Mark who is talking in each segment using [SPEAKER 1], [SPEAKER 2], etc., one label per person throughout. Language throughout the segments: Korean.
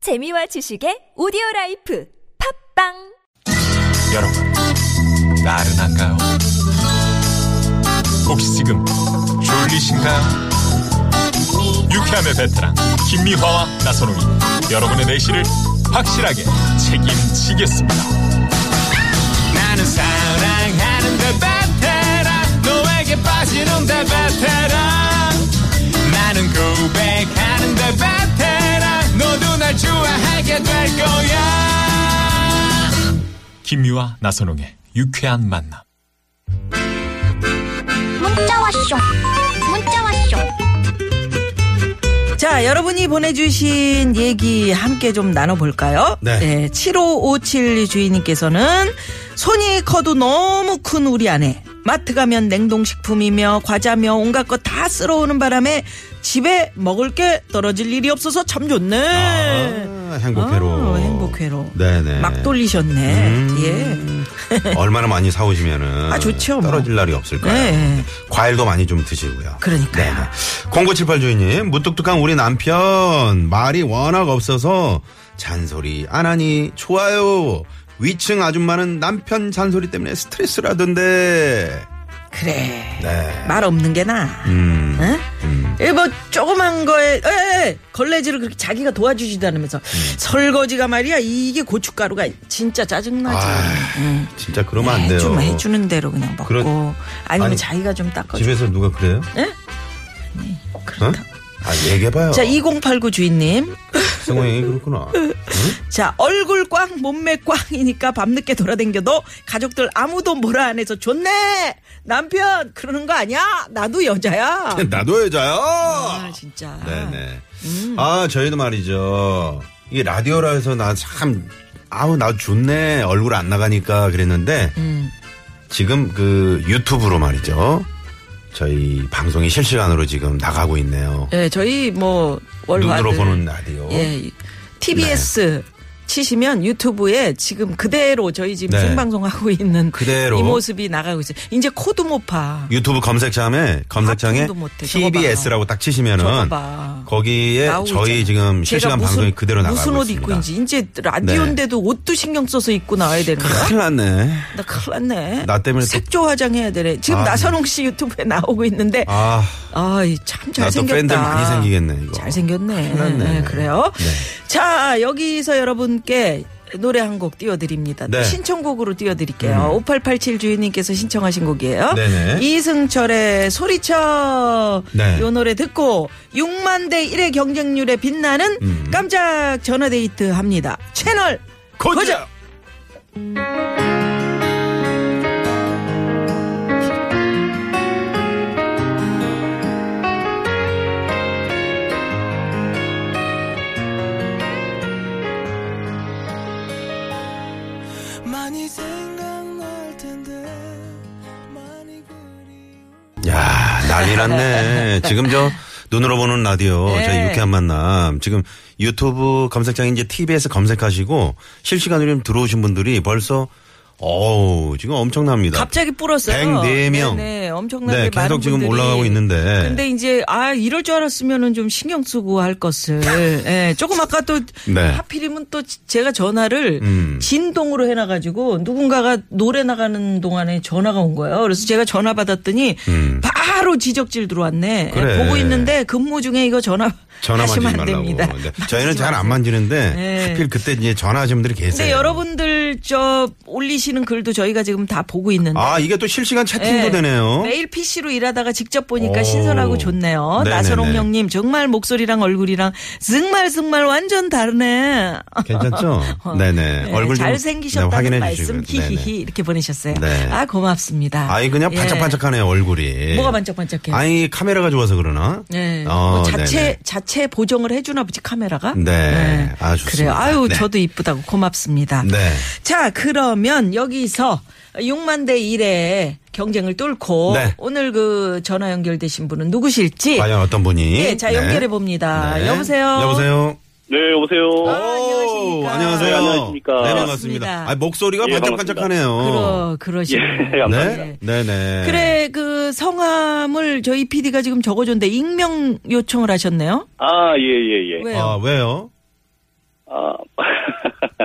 [SPEAKER 1] 재미와 지식의 오디오 라이프 팝빵
[SPEAKER 2] 여러분, 나른한가요? 혹시 지금 졸리신가요? 유쾌함의 베테랑 김미화와 나선홍이 여러분의 내실을 확실하게 책임지겠습니다.
[SPEAKER 3] 나는 사랑하는데 베테랑 너에게 빠지는데 베테랑 나는 고백하는데 베테랑 너도 날 좋아하게 될 거야
[SPEAKER 2] 김미화 나선홍의 유쾌한 만남.
[SPEAKER 4] 문자 왔쇼 문자 왔쇼
[SPEAKER 5] 자, 여러분이 보내주신 얘기 함께 좀 나눠볼까요?
[SPEAKER 6] 네.
[SPEAKER 5] 7557 주인님께서는 손이 커도 너무 큰 우리 아내. 마트 가면 냉동식품이며 과자며 온갖 것 다 쓸어오는 바람에 집에 먹을 게 떨어질 일이 없어서 참 좋네.
[SPEAKER 6] 아, 행복해로.
[SPEAKER 5] 아, 행복회로.
[SPEAKER 6] 네네. 음.
[SPEAKER 5] 막 돌리셨네. 예.
[SPEAKER 6] 얼마나 많이 사오시면은.
[SPEAKER 5] 아, 좋죠, 뭐.
[SPEAKER 6] 떨어질 날이 없을 거예요.
[SPEAKER 5] 네.
[SPEAKER 6] 과일도 많이 좀 드시고요.
[SPEAKER 5] 그러니까요.
[SPEAKER 6] 네네. 0978 주인님, 무뚝뚝한 우리 남편, 말이 워낙 없어서 잔소리 안 하니 좋아요. 위층 아줌마는 남편 잔소리 때문에 스트레스라던데.
[SPEAKER 5] 그래.
[SPEAKER 6] 네.
[SPEAKER 5] 말 없는 게 나아.
[SPEAKER 6] 음.
[SPEAKER 5] 응?
[SPEAKER 6] 음.
[SPEAKER 5] 이뭐 조그만 거에 에, 에, 걸레질을 그렇게 자기가 도와주시다면서
[SPEAKER 6] 음.
[SPEAKER 5] 설거지가 말이야 이게 고춧가루가 진짜 짜증나지.
[SPEAKER 6] 아,
[SPEAKER 5] 응.
[SPEAKER 6] 진짜 그러면 안 돼요.
[SPEAKER 5] 좀 음. 네, 해주는 대로 그냥 먹고
[SPEAKER 6] 그런-
[SPEAKER 5] 아니면
[SPEAKER 6] 아니,
[SPEAKER 5] 자기가 좀 닦아줘.
[SPEAKER 6] 집에서 누가 그래요? 응?
[SPEAKER 5] 그렇다.
[SPEAKER 6] 아, 얘기해봐요.
[SPEAKER 5] 자 2089 주인님
[SPEAKER 6] 승호형이 그렇구나. 응?
[SPEAKER 5] 자 얼굴 꽝 몸매 꽝이니까 밤늦게 돌아댕겨도 가족들 아무도 뭐라 안 해서 좋네 남편 그러는 거 아니야 나도 여자야
[SPEAKER 6] 나도 여자요.
[SPEAKER 5] 아 진짜 음.
[SPEAKER 6] 네네. 아 저희도 말이죠. 이게 라디오라 해서 나 참 아우 나 좋네 얼굴 안 나가니까 그랬는데
[SPEAKER 5] 음.
[SPEAKER 6] 지금 그 유튜브로 말이죠. 저희 방송이 실시간으로 지금 나가고 있네요.
[SPEAKER 5] 예, 저희 뭐 월화
[SPEAKER 6] 눈으로 보는 라디오.
[SPEAKER 5] 예,
[SPEAKER 6] 네.
[SPEAKER 5] TBS 치시면 유튜브에 지금 그대로 저희 지금
[SPEAKER 6] 네.
[SPEAKER 5] 생방송 하고 있는
[SPEAKER 6] 그대로.
[SPEAKER 5] 이 모습이 나가고 있어요. 이제 코도 못 파.
[SPEAKER 6] 유튜브 검색창에 검색창에
[SPEAKER 5] 아픔도 못해. 저거 봐.
[SPEAKER 6] TBS라고 딱 치시면은
[SPEAKER 5] 저거 봐.
[SPEAKER 6] 거기에
[SPEAKER 5] 나오고
[SPEAKER 6] 예, 저희
[SPEAKER 5] 있잖아.
[SPEAKER 6] 지금
[SPEAKER 5] 제가
[SPEAKER 6] 실시간
[SPEAKER 5] 무슨-
[SPEAKER 6] 방송이 그대로 나가고
[SPEAKER 5] 무슨 옷
[SPEAKER 6] 있습니다. 네.
[SPEAKER 5] 입고 있는지 이제 라디오인데도 옷도 신경 써서 입고 나와야 되는 거야?
[SPEAKER 6] 큰일 났네.
[SPEAKER 5] 나 큰일 났네.
[SPEAKER 6] 나 때문에 또-
[SPEAKER 5] 색조 화장해야 되네. 지금
[SPEAKER 6] 아.
[SPEAKER 5] 나선홍 씨 유튜브에 나오고 있는데
[SPEAKER 6] 아.
[SPEAKER 5] 아이 참
[SPEAKER 6] 나도
[SPEAKER 5] 잘생겼다.
[SPEAKER 6] 팬들 많이 생기겠네, 이거.
[SPEAKER 5] 잘생겼네.
[SPEAKER 6] 났네.
[SPEAKER 5] 네, 그래요.
[SPEAKER 6] 네.
[SPEAKER 5] 자 여기서 여러분께 노래 한 곡 띄워드립니다.
[SPEAKER 6] 네. 음.
[SPEAKER 5] 신청곡으로 띄워드릴게요. 5887 주인님께서 신청하신 곡이에요.
[SPEAKER 6] 네네.
[SPEAKER 5] 이승철의 소리쳐
[SPEAKER 6] 네.
[SPEAKER 5] 요 노래 듣고 6만 대 1의 경쟁률에 빛나는
[SPEAKER 6] 음.
[SPEAKER 5] 깜짝 전화데이트 합니다. 채널 고정.
[SPEAKER 3] 많이 생각날 텐데 많이 그리워
[SPEAKER 6] 야 난리 났네. 지금 저 눈으로 보는 라디오
[SPEAKER 5] 네.
[SPEAKER 6] 저희 유쾌한 만남 지금 유튜브 검색창에 이제 TBS 검색하시고 실시간으로 지금 들어오신 분들이 벌써 어우 지금 엄청납니다.
[SPEAKER 5] 갑자기 불었어요.
[SPEAKER 6] 104명.
[SPEAKER 5] 네, 엄청나게
[SPEAKER 6] 네,
[SPEAKER 5] 많은
[SPEAKER 6] 계속 지금
[SPEAKER 5] 분들이.
[SPEAKER 6] 올라가고 있는데.
[SPEAKER 5] 근데 이제 아 이럴 줄 알았으면은 좀 신경 쓰고 할 것을. 예, 조금 아까 또
[SPEAKER 6] 네.
[SPEAKER 5] 하필이면 또 제가 전화를
[SPEAKER 6] 음.
[SPEAKER 5] 진동으로 해놔가지고 누군가가 노래 나가는 동안에 전화가 온 거예요. 그래서 제가 전화 받았더니
[SPEAKER 6] 음.
[SPEAKER 5] 바로 지적질 들어왔네.
[SPEAKER 6] 그래.
[SPEAKER 5] 예, 보고 있는데 근무 중에 이거 전화
[SPEAKER 6] 전화 만지지
[SPEAKER 5] 하시면 안
[SPEAKER 6] 말라고.
[SPEAKER 5] 됩니다.
[SPEAKER 6] 네. 저희는 잘 안 만지는데
[SPEAKER 5] 네.
[SPEAKER 6] 하필 그때 이제 전화하신 분들이 계세요.
[SPEAKER 5] 근데 여러분들 저 올리시는 글도 저희가 지금 다 보고 있는데.
[SPEAKER 6] 아 이게 또 실시간 채팅도
[SPEAKER 5] 예.
[SPEAKER 6] 되네요.
[SPEAKER 5] 매일 PC로 일하다가 직접 보니까
[SPEAKER 6] 어? 오.
[SPEAKER 5] 신선하고 좋네요.
[SPEAKER 6] 네네네.
[SPEAKER 5] 나선홍 형님 정말 목소리랑 얼굴이랑 정말 정말 완전 다르네.
[SPEAKER 6] 괜찮죠?
[SPEAKER 5] 어.
[SPEAKER 6] 네네.
[SPEAKER 5] 네,
[SPEAKER 6] 얼굴 좀, 네,
[SPEAKER 5] 잘생기셨다는
[SPEAKER 6] 확인해
[SPEAKER 5] 말씀
[SPEAKER 6] 주시고요. 네네.
[SPEAKER 5] 히히히 이렇게 보내셨어요.
[SPEAKER 6] 네.
[SPEAKER 5] 아 고맙습니다.
[SPEAKER 6] 아이 그냥
[SPEAKER 5] 예.
[SPEAKER 6] 반짝반짝하네요 얼굴이.
[SPEAKER 5] 뭐가 반짝반짝해요?
[SPEAKER 6] 아이 카메라가 좋아서 그러나?
[SPEAKER 5] 네.
[SPEAKER 6] 어,
[SPEAKER 5] 뭐 자체
[SPEAKER 6] 네네.
[SPEAKER 5] 자체 보정을 해주나 보지 카메라가. 예.
[SPEAKER 6] 네. 아, 좋습니다.
[SPEAKER 5] 그래요. 아유
[SPEAKER 6] 네.
[SPEAKER 5] 저도 이쁘다고 고맙습니다.
[SPEAKER 6] 네.
[SPEAKER 5] 자 그러면 여기서 6만 대 1의 경쟁을 뚫고
[SPEAKER 6] 네. 아,
[SPEAKER 5] 오늘 그 전화 연결되신 분은 누구실지.
[SPEAKER 6] 과연 어떤 분이?
[SPEAKER 5] 예, 자 연결해 봅니다.
[SPEAKER 6] 네.
[SPEAKER 5] 여보세요. 아,
[SPEAKER 6] 여보세요.
[SPEAKER 7] 네, 여보세요.
[SPEAKER 6] 오,
[SPEAKER 5] 안녕하십니까.
[SPEAKER 6] 안녕하세요.
[SPEAKER 7] 네, 안녕하십니까.
[SPEAKER 6] 네,
[SPEAKER 5] 반갑습니다.
[SPEAKER 6] 반갑습니다. 아, 목소리가
[SPEAKER 7] 예,
[SPEAKER 6] 반짝반짝하네요.
[SPEAKER 5] 그러 그러시네요.
[SPEAKER 7] 예, 감사합니다.
[SPEAKER 6] 네. 네, 어. 네.
[SPEAKER 5] 그래 그 성함을 저희 PD가 지금 적어줬는데 익명 요청을 하셨네요.
[SPEAKER 7] 아, 예, 예, 예.
[SPEAKER 5] 왜요?
[SPEAKER 6] 아, 왜요?
[SPEAKER 7] 아, 아,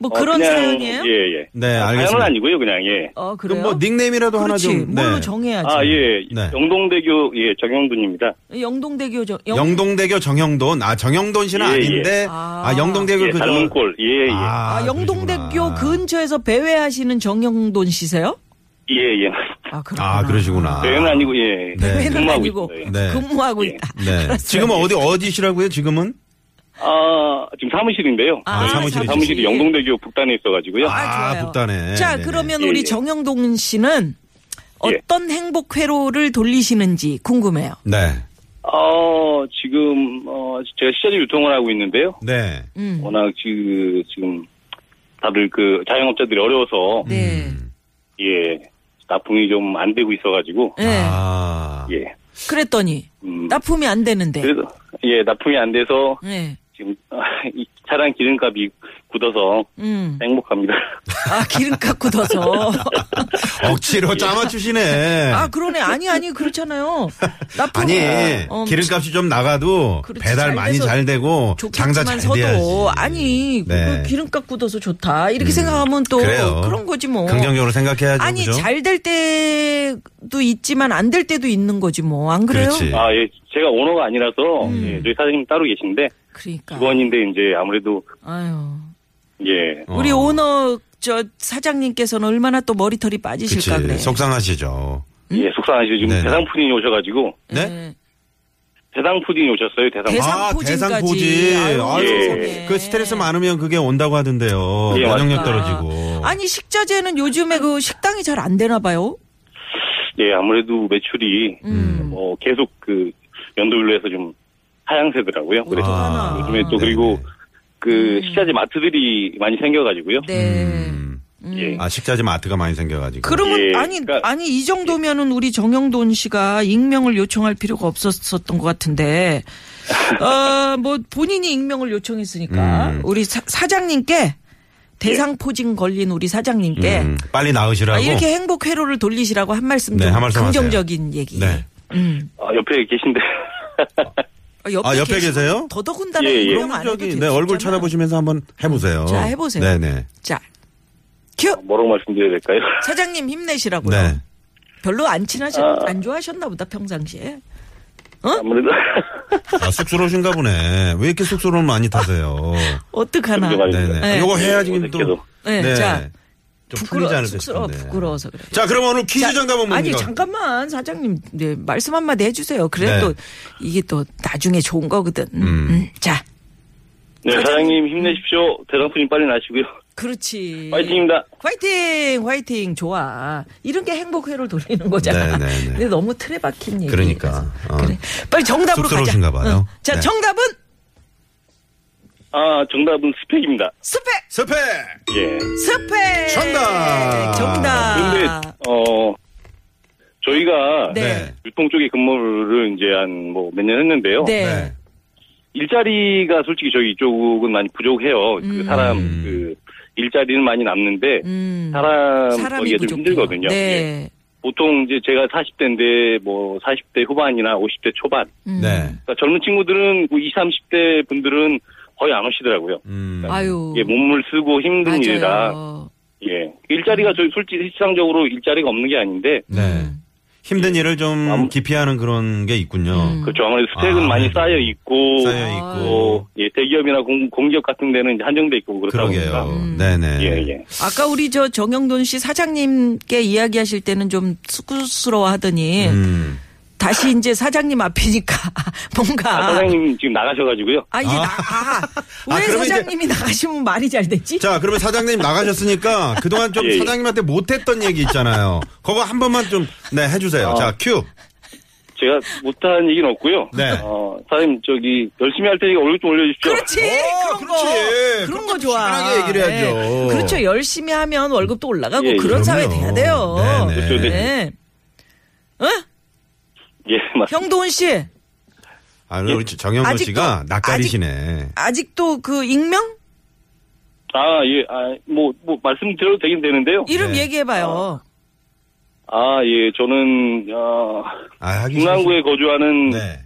[SPEAKER 5] 뭐
[SPEAKER 7] 어,
[SPEAKER 5] 어, 그런
[SPEAKER 7] 그냥,
[SPEAKER 5] 사연이에요?
[SPEAKER 7] 예, 예.
[SPEAKER 6] 네,
[SPEAKER 7] 사연은
[SPEAKER 6] 알겠습니다.
[SPEAKER 7] 아니고요, 그냥, 예.
[SPEAKER 5] 어
[SPEAKER 6] 그럼
[SPEAKER 5] 그래요?
[SPEAKER 6] 뭐 닉네임이라도 하나
[SPEAKER 5] 그렇지
[SPEAKER 6] 좀.
[SPEAKER 5] 뭘로
[SPEAKER 6] 네.
[SPEAKER 5] 정해야지.
[SPEAKER 7] 아, 예.
[SPEAKER 6] 네.
[SPEAKER 7] 영동대교, 예, 정영돈입니다.
[SPEAKER 5] 영동대교 저 영...
[SPEAKER 6] 영동대교 정영돈. 아, 정영돈 씨는
[SPEAKER 7] 예, 예.
[SPEAKER 6] 아닌데.
[SPEAKER 5] 아.
[SPEAKER 6] 아, 영동대교
[SPEAKER 7] 예,
[SPEAKER 6] 그죠.
[SPEAKER 7] 닮은 꼴, 예, 예.
[SPEAKER 5] 아, 영동대교
[SPEAKER 6] 그러시구나.
[SPEAKER 5] 근처에서 배회하시는 정영돈 씨세요?
[SPEAKER 7] 예, 예.
[SPEAKER 5] 아 그렇구나.
[SPEAKER 6] 아, 그러시구나.
[SPEAKER 7] 배는 아니고, 예.
[SPEAKER 6] 네.
[SPEAKER 5] 배회는
[SPEAKER 7] 근무하고
[SPEAKER 5] 아니고
[SPEAKER 7] 있어요, 예.
[SPEAKER 6] 네.
[SPEAKER 5] 근무하고
[SPEAKER 7] 예.
[SPEAKER 5] 있다.
[SPEAKER 6] 네.
[SPEAKER 5] 그렇죠.
[SPEAKER 6] 지금 어디, 어디시라고요, 지금은?
[SPEAKER 7] 아, 지금 사무실인데요.
[SPEAKER 5] 아,
[SPEAKER 7] 예,
[SPEAKER 6] 사무실이죠.
[SPEAKER 7] 사무실이 영동대교 북단에 있어가지고요.
[SPEAKER 5] 아, 좋아요.
[SPEAKER 6] 북단에.
[SPEAKER 5] 자
[SPEAKER 6] 네네.
[SPEAKER 5] 그러면
[SPEAKER 7] 예,
[SPEAKER 5] 우리
[SPEAKER 7] 예.
[SPEAKER 5] 정영동 씨는 어떤 행복 회로를 돌리시는지 궁금해요.
[SPEAKER 6] 네.
[SPEAKER 7] 어, 지금, 어, 제가 시자재 유통을 하고 있는데요.
[SPEAKER 6] 네.
[SPEAKER 5] 음.
[SPEAKER 7] 워낙 지금, 지금, 다들 그 자영업자들이 어려워서,
[SPEAKER 5] 네.
[SPEAKER 7] 예, 납품이 좀 안 되고 있어가지고,
[SPEAKER 5] 예.
[SPEAKER 6] 아.
[SPEAKER 7] 예.
[SPEAKER 5] 그랬더니
[SPEAKER 7] 음,
[SPEAKER 5] 납품이 안
[SPEAKER 6] 네.
[SPEAKER 5] 되는데.
[SPEAKER 7] 그래서, 예, 납품이 안 돼서,
[SPEAKER 5] 예.
[SPEAKER 7] 지금, 아, 이 차량 기름값이 굳어서
[SPEAKER 5] 음.
[SPEAKER 7] 행복합니다.
[SPEAKER 5] 아 기름값 굳어서.
[SPEAKER 6] 억지로 짜맞추시네.
[SPEAKER 5] 아 그러네. 아니 아니 그렇잖아요. 납품
[SPEAKER 6] 아니
[SPEAKER 5] 어,
[SPEAKER 6] 기름값이 좀 나가도
[SPEAKER 5] 그렇지,
[SPEAKER 6] 배달
[SPEAKER 5] 잘
[SPEAKER 6] 많이
[SPEAKER 5] 돼서
[SPEAKER 6] 잘 되고 장사
[SPEAKER 5] 좋겠지만
[SPEAKER 6] 잘
[SPEAKER 5] 서도
[SPEAKER 6] 돼야지.
[SPEAKER 5] 아니
[SPEAKER 6] 네. 음,
[SPEAKER 5] 그 기름값 굳어서 좋다 이렇게 생각하면 또
[SPEAKER 6] 그래요.
[SPEAKER 5] 런 거지 뭐.
[SPEAKER 6] 긍정적으로 생각해야죠.
[SPEAKER 5] 아니
[SPEAKER 6] 그죠?
[SPEAKER 5] 잘 될 때도 있지만 안 될 때도 있는 거지 뭐 안 그래요?
[SPEAKER 6] 그렇지.
[SPEAKER 7] 아, 예, 제가 오너가 아니라서,
[SPEAKER 6] 음.
[SPEAKER 7] 예, 저희 사장님 따로 계신데,
[SPEAKER 6] 아.
[SPEAKER 5] 그러니까.
[SPEAKER 7] 직원인데, 이제 아무래도,
[SPEAKER 5] 아유.
[SPEAKER 7] 예,
[SPEAKER 6] 어.
[SPEAKER 5] 우리 오너 저 사장님께서는 얼마나 또 머리털이
[SPEAKER 6] 그치.
[SPEAKER 5] 빠지실까 그래.
[SPEAKER 6] 속상하시죠.
[SPEAKER 7] 예, 속상하시죠. 지금
[SPEAKER 6] 네네.
[SPEAKER 7] 대상 푸딩이 오셔가지고,
[SPEAKER 6] 네?
[SPEAKER 5] 예.
[SPEAKER 7] 대상 푸딩이 오셨어요, 대상
[SPEAKER 5] 대상
[SPEAKER 6] 아,
[SPEAKER 5] 포진까지.
[SPEAKER 6] 대상 포진.
[SPEAKER 5] 아유,
[SPEAKER 6] 아유,
[SPEAKER 5] 세상에.
[SPEAKER 6] 그 스트레스 많으면 그게 온다고 하던데요.
[SPEAKER 7] 예,
[SPEAKER 6] 면역력
[SPEAKER 7] 맞습니다.
[SPEAKER 6] 떨어지고.
[SPEAKER 5] 아니 식자재는 요즘에 그 식당이 잘 안 되나 봐요.
[SPEAKER 7] 예, 아무래도 매출이
[SPEAKER 5] 음.
[SPEAKER 7] 뭐 계속 그 연도율로 해서 좀 하향세더라고요. 그래서
[SPEAKER 5] 어떡하나.
[SPEAKER 7] 요즘에 또
[SPEAKER 6] 아. 네네.
[SPEAKER 7] 그리고 그 식자재 마트들이 많이 생겨가지고요.
[SPEAKER 5] 네.
[SPEAKER 6] 음.
[SPEAKER 7] 예.
[SPEAKER 6] 아, 식자재 마트가 많이 생겨가지고.
[SPEAKER 5] 그러면
[SPEAKER 7] 예,
[SPEAKER 5] 아니
[SPEAKER 7] 그러니까- 예.
[SPEAKER 5] 아니 이 정도면은 우리 정영돈 씨가 익명을 요청할 필요가 없었었던 것 같은데 어뭐 본인이 익명을 요청했으니까
[SPEAKER 6] 음.
[SPEAKER 5] 우리 사, 장님
[SPEAKER 7] 예.
[SPEAKER 5] 께 대상포진 걸린 우리 사장님께
[SPEAKER 6] 음, 빨리 나으시라고.
[SPEAKER 5] 아, 이렇게 행복 회로를 돌리시라고 한 말씀
[SPEAKER 6] 네,
[SPEAKER 5] 좀
[SPEAKER 6] 한 말씀
[SPEAKER 5] 긍정적인 얘기.
[SPEAKER 6] 네.
[SPEAKER 5] 음.
[SPEAKER 7] 아, 옆에 계신데
[SPEAKER 5] 아, 옆에,
[SPEAKER 6] 아, 옆에
[SPEAKER 5] 계시-
[SPEAKER 6] 계세요?
[SPEAKER 5] 더더군다나
[SPEAKER 7] 예, 예.
[SPEAKER 5] 익명 안
[SPEAKER 6] 그럼
[SPEAKER 5] 해도
[SPEAKER 6] 저기
[SPEAKER 5] 되죠.
[SPEAKER 6] 네, 얼굴 찾아보시면서 한번 해보세요.
[SPEAKER 5] 자, 해보세요.
[SPEAKER 6] 네네.
[SPEAKER 5] 자, 큐
[SPEAKER 7] 뭐라고 말씀드려야 될까요?
[SPEAKER 5] 사장님 힘내시라고요.
[SPEAKER 6] 네.
[SPEAKER 5] 별로 안 친하시
[SPEAKER 7] 아.
[SPEAKER 5] 안 좋아하셨나 보다 평상시에.
[SPEAKER 7] 아무래도
[SPEAKER 6] 아, 쑥스러우신가 보네. 왜 이렇게 쑥스러움 많이 타세요?
[SPEAKER 5] 어떡하나.
[SPEAKER 7] 죄송합니다.
[SPEAKER 6] 네네.
[SPEAKER 5] 네.
[SPEAKER 6] 요거 해야지 또.
[SPEAKER 7] 어색해도.
[SPEAKER 5] 네, 자,
[SPEAKER 6] 좀
[SPEAKER 5] 부끄러
[SPEAKER 6] 풀리지 않을 듯
[SPEAKER 5] 쑥스러워
[SPEAKER 6] 싶은데.
[SPEAKER 5] 부끄러워서 그래.
[SPEAKER 6] 자, 그럼 오늘 퀴즈
[SPEAKER 5] 자,
[SPEAKER 6] 정답은 뭡니까?
[SPEAKER 5] 아니 잠깐만 사장님 네, 말씀 한마디 해주세요. 그래 도
[SPEAKER 6] 네.
[SPEAKER 5] 이게 또 나중에 좋은 거거든. 음, 음, 자
[SPEAKER 7] 네, 사장님 힘내십시오. 대상 푸딩 빨리 나시고요.
[SPEAKER 5] 그렇지.
[SPEAKER 7] 파이팅입니다.
[SPEAKER 5] 화이팅 화이팅 좋아 이런 게 행복 회로 돌리는 거잖아.
[SPEAKER 6] 네, 네, 네.
[SPEAKER 5] 근데 너무 틀에 박힌 얘기.
[SPEAKER 6] 그러니까. 어.
[SPEAKER 5] 그래 빨리 정답으로 가자.
[SPEAKER 6] 쑥스러우신가 봐요.
[SPEAKER 5] 응. 자
[SPEAKER 6] 네.
[SPEAKER 5] 정답은
[SPEAKER 7] 아, 정답은 스펙입니다.
[SPEAKER 5] 스펙
[SPEAKER 6] 스펙!
[SPEAKER 7] 예.
[SPEAKER 5] 스펙
[SPEAKER 6] 정답!
[SPEAKER 7] 근데
[SPEAKER 5] 정답.
[SPEAKER 7] 어 저희가
[SPEAKER 5] 아. 네.
[SPEAKER 7] 유통 쪽에 근무를 이제 한 뭐 몇 년 했는데요.
[SPEAKER 5] 네.
[SPEAKER 6] 네.
[SPEAKER 7] 일자리가 솔직히 저희 이쪽은 많이 부족해요. 그 사람 그 일자리는 많이 남는데
[SPEAKER 5] 음.
[SPEAKER 7] 사람
[SPEAKER 5] 사람이
[SPEAKER 7] 거기에 좀
[SPEAKER 5] 부족해요.
[SPEAKER 7] 힘들거든요. 예.
[SPEAKER 5] 네.
[SPEAKER 7] 보통 이제 제가 40대인데 뭐 40대 후반이나 50대 초반
[SPEAKER 5] 음.
[SPEAKER 6] 네.
[SPEAKER 7] 그러니까 젊은 친구들은 뭐 20, 30대 분들은 거의 안 오시더라고요.
[SPEAKER 6] 음.
[SPEAKER 5] 아유.
[SPEAKER 7] 예, 몸을 쓰고 힘든
[SPEAKER 5] 맞아요.
[SPEAKER 7] 일이라 예 일자리가 저희 솔직히 일상적으로 일자리가 없는 게 아닌데
[SPEAKER 6] 네.
[SPEAKER 5] 음.
[SPEAKER 6] 힘든 일을 좀
[SPEAKER 7] 아무-
[SPEAKER 6] 기피하는 그런 게 있군요.
[SPEAKER 5] 음.
[SPEAKER 7] 음. 그렇죠. 아무래도 스택은
[SPEAKER 6] 아,
[SPEAKER 7] 많이
[SPEAKER 6] 아무래도.
[SPEAKER 7] 쌓여 있고,
[SPEAKER 6] 쌓여 있고.
[SPEAKER 7] 또, 예, 대기업이나 공, 공기업 같은 데는 이제 한정돼 있고 그렇다
[SPEAKER 6] 그러게요.
[SPEAKER 7] 보니까.
[SPEAKER 6] 네네.
[SPEAKER 7] 예, 예.
[SPEAKER 5] 아까 우리 저 정영돈 씨 사장님께 이야기하실 때는 좀 쑥스러워 하더니
[SPEAKER 6] 음.
[SPEAKER 5] 다시 이제 사장님 앞이니까
[SPEAKER 7] 아,
[SPEAKER 5] 뭔가
[SPEAKER 7] 사장님 지금 나가셔가지고요.
[SPEAKER 5] 아, 이게 나, 아, 왜
[SPEAKER 6] 아, 그러면 이제-
[SPEAKER 5] 사장님이 나가시면 말이 잘 됐지?
[SPEAKER 6] 자, 그러면 사장님 나가셨으니까 그동안 좀
[SPEAKER 7] 예, 예.
[SPEAKER 6] 사장님한테 못했던 얘기 있잖아요. 그거 한 번만 좀, 네, 해주세요.
[SPEAKER 7] 아.
[SPEAKER 5] 어.
[SPEAKER 6] 자, 큐.
[SPEAKER 7] 제가 못한 얘기는 없고요.
[SPEAKER 6] 네.
[SPEAKER 7] 어, 사장님, 저기, 열심히 할 테니까 월급 좀 올려주십시오.
[SPEAKER 5] 그렇지
[SPEAKER 6] 어,
[SPEAKER 5] 그런
[SPEAKER 6] 그렇지.
[SPEAKER 5] 거
[SPEAKER 6] 그럼
[SPEAKER 5] 그런 거
[SPEAKER 6] 또
[SPEAKER 5] 좋아.
[SPEAKER 6] 시원하게 얘기를 해야죠.
[SPEAKER 5] 그렇죠 열심히 하면 월급도 올라가고
[SPEAKER 7] 예, 예.
[SPEAKER 5] 그런 사회
[SPEAKER 6] 그럼요.
[SPEAKER 5] 돼야 돼요.
[SPEAKER 6] 네네.
[SPEAKER 7] 그렇죠, 네.
[SPEAKER 5] 네. 어?
[SPEAKER 7] 예, 맞습니다.
[SPEAKER 5] 형도훈 씨
[SPEAKER 6] 아, 우리 정영돈
[SPEAKER 5] 예. 아직도-
[SPEAKER 6] 씨가 낯가리시네.
[SPEAKER 5] 아직도 그 익명
[SPEAKER 7] 아, 예, 아, 뭐, 뭐, 말씀드려도 되긴 되는데요.
[SPEAKER 5] 이름
[SPEAKER 6] 네.
[SPEAKER 5] 얘기해봐요.
[SPEAKER 7] 아, 예, 저는, 어,
[SPEAKER 6] 아, 하기 싫어.
[SPEAKER 7] 중랑구에 거주하는
[SPEAKER 6] 네.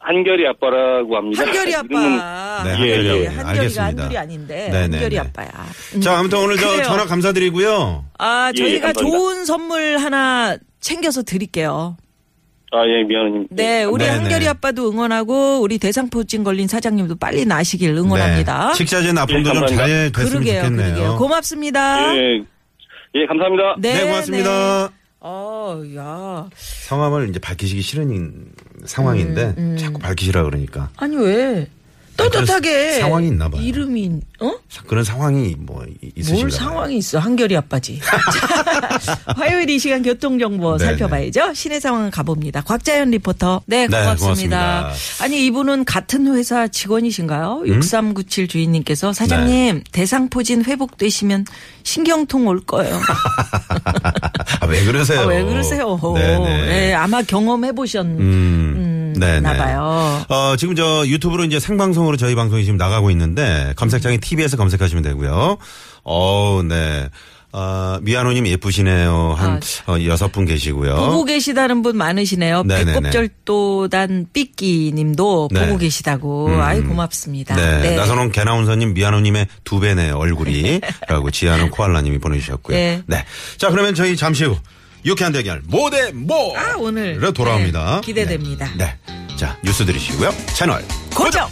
[SPEAKER 7] 한결이 아빠라고 합니다.
[SPEAKER 5] 한결이
[SPEAKER 7] 이름은
[SPEAKER 5] 아빠.
[SPEAKER 6] 네,
[SPEAKER 7] 예,
[SPEAKER 5] 한결이,
[SPEAKER 7] 예.
[SPEAKER 5] 한결이가
[SPEAKER 6] 알겠습니다.
[SPEAKER 5] 한둘이 아닌데
[SPEAKER 6] 네, 네,
[SPEAKER 5] 한결이
[SPEAKER 6] 네.
[SPEAKER 5] 아빠야. 음,
[SPEAKER 6] 자, 아무튼 오늘 저
[SPEAKER 5] 그래요.
[SPEAKER 6] 전화 감사드리고요.
[SPEAKER 5] 아
[SPEAKER 7] 예,
[SPEAKER 5] 저희가
[SPEAKER 7] 감사합니다.
[SPEAKER 5] 좋은 선물 하나 챙겨서 드릴게요.
[SPEAKER 7] 아, 예, 미안님.
[SPEAKER 5] 네, 우리
[SPEAKER 6] 네, 네.
[SPEAKER 5] 한결이 아빠도 응원하고 우리 대상포진 걸린 사장님도 빨리 나시길 응원합니다.
[SPEAKER 6] 네. 식자재 납품도
[SPEAKER 7] 예,
[SPEAKER 6] 좀 잘 됐으면
[SPEAKER 5] 그러게요,
[SPEAKER 6] 좋겠네요.
[SPEAKER 5] 그러게요. 고맙습니다.
[SPEAKER 7] 예. 예, 감사합니다.
[SPEAKER 6] 네, 고맙습니다. 아,
[SPEAKER 5] 어, 야.
[SPEAKER 6] 성함을 이제 밝히시기 싫은 상황인데
[SPEAKER 5] 음,
[SPEAKER 6] 자꾸 밝히시라 그러니까
[SPEAKER 5] 아니 왜? 떳떳하게
[SPEAKER 6] 아, 그래서 상황이 있나 봐요.
[SPEAKER 5] 이름이 어?
[SPEAKER 6] 그런 상황이 뭐 이- 있으신가요?
[SPEAKER 5] 뭘 상황이 있어? 한결이 아빠지. 자, 화요일 이 시간 교통 정보
[SPEAKER 6] 네,
[SPEAKER 5] 살펴봐야죠. 시내 상황 가봅니다. 곽자연 리포터. 네,
[SPEAKER 6] 네,
[SPEAKER 5] 고맙습니다.
[SPEAKER 6] 고맙습니다. 음?
[SPEAKER 5] 아니 이분은 같은 회사 직원이신가요? 6397 주인님께서
[SPEAKER 6] 네.
[SPEAKER 5] 사장님 대상포진 회복되시면 신경통 올 거예요.
[SPEAKER 6] 아, 왜 그러세요?
[SPEAKER 5] 아, 왜 그러세요?
[SPEAKER 6] 네네.
[SPEAKER 5] 네, 아마 경험해 보셨나
[SPEAKER 6] 음, 네네.
[SPEAKER 5] 봐요.
[SPEAKER 6] 어, 지금 저 유튜브로 이제 생방송으로 저희 방송이 지금 나가고 있는데 검색창에 TV에서 검색하시면 되고요. 어, 네. 아, 미아노님 예쁘시네요.
[SPEAKER 5] 아,
[SPEAKER 6] 한 어, 여섯 분 계시고요.
[SPEAKER 5] 보고 계시다는 분 많으시네요.
[SPEAKER 6] 네네네.
[SPEAKER 5] 배꼽절도단 삐끼님도
[SPEAKER 6] 네.
[SPEAKER 5] 보고 계시다고. 아이 고맙습니다.
[SPEAKER 6] 네. 나선홍 개나운서님, 미아노님의 두 배네요, 얼굴이. 라고 지아는 코알라님이 보내주셨고요.
[SPEAKER 5] 네.
[SPEAKER 6] 네. 자, 그러면 저희 잠시 후 유쾌한 대결, 모 대 모!
[SPEAKER 5] 아, 오늘.
[SPEAKER 6] 로
[SPEAKER 5] 네,
[SPEAKER 6] 돌아옵니다.
[SPEAKER 5] 기대됩니다.
[SPEAKER 6] 네. 네. 자, 뉴스 들으시고요. 채널
[SPEAKER 5] 고정.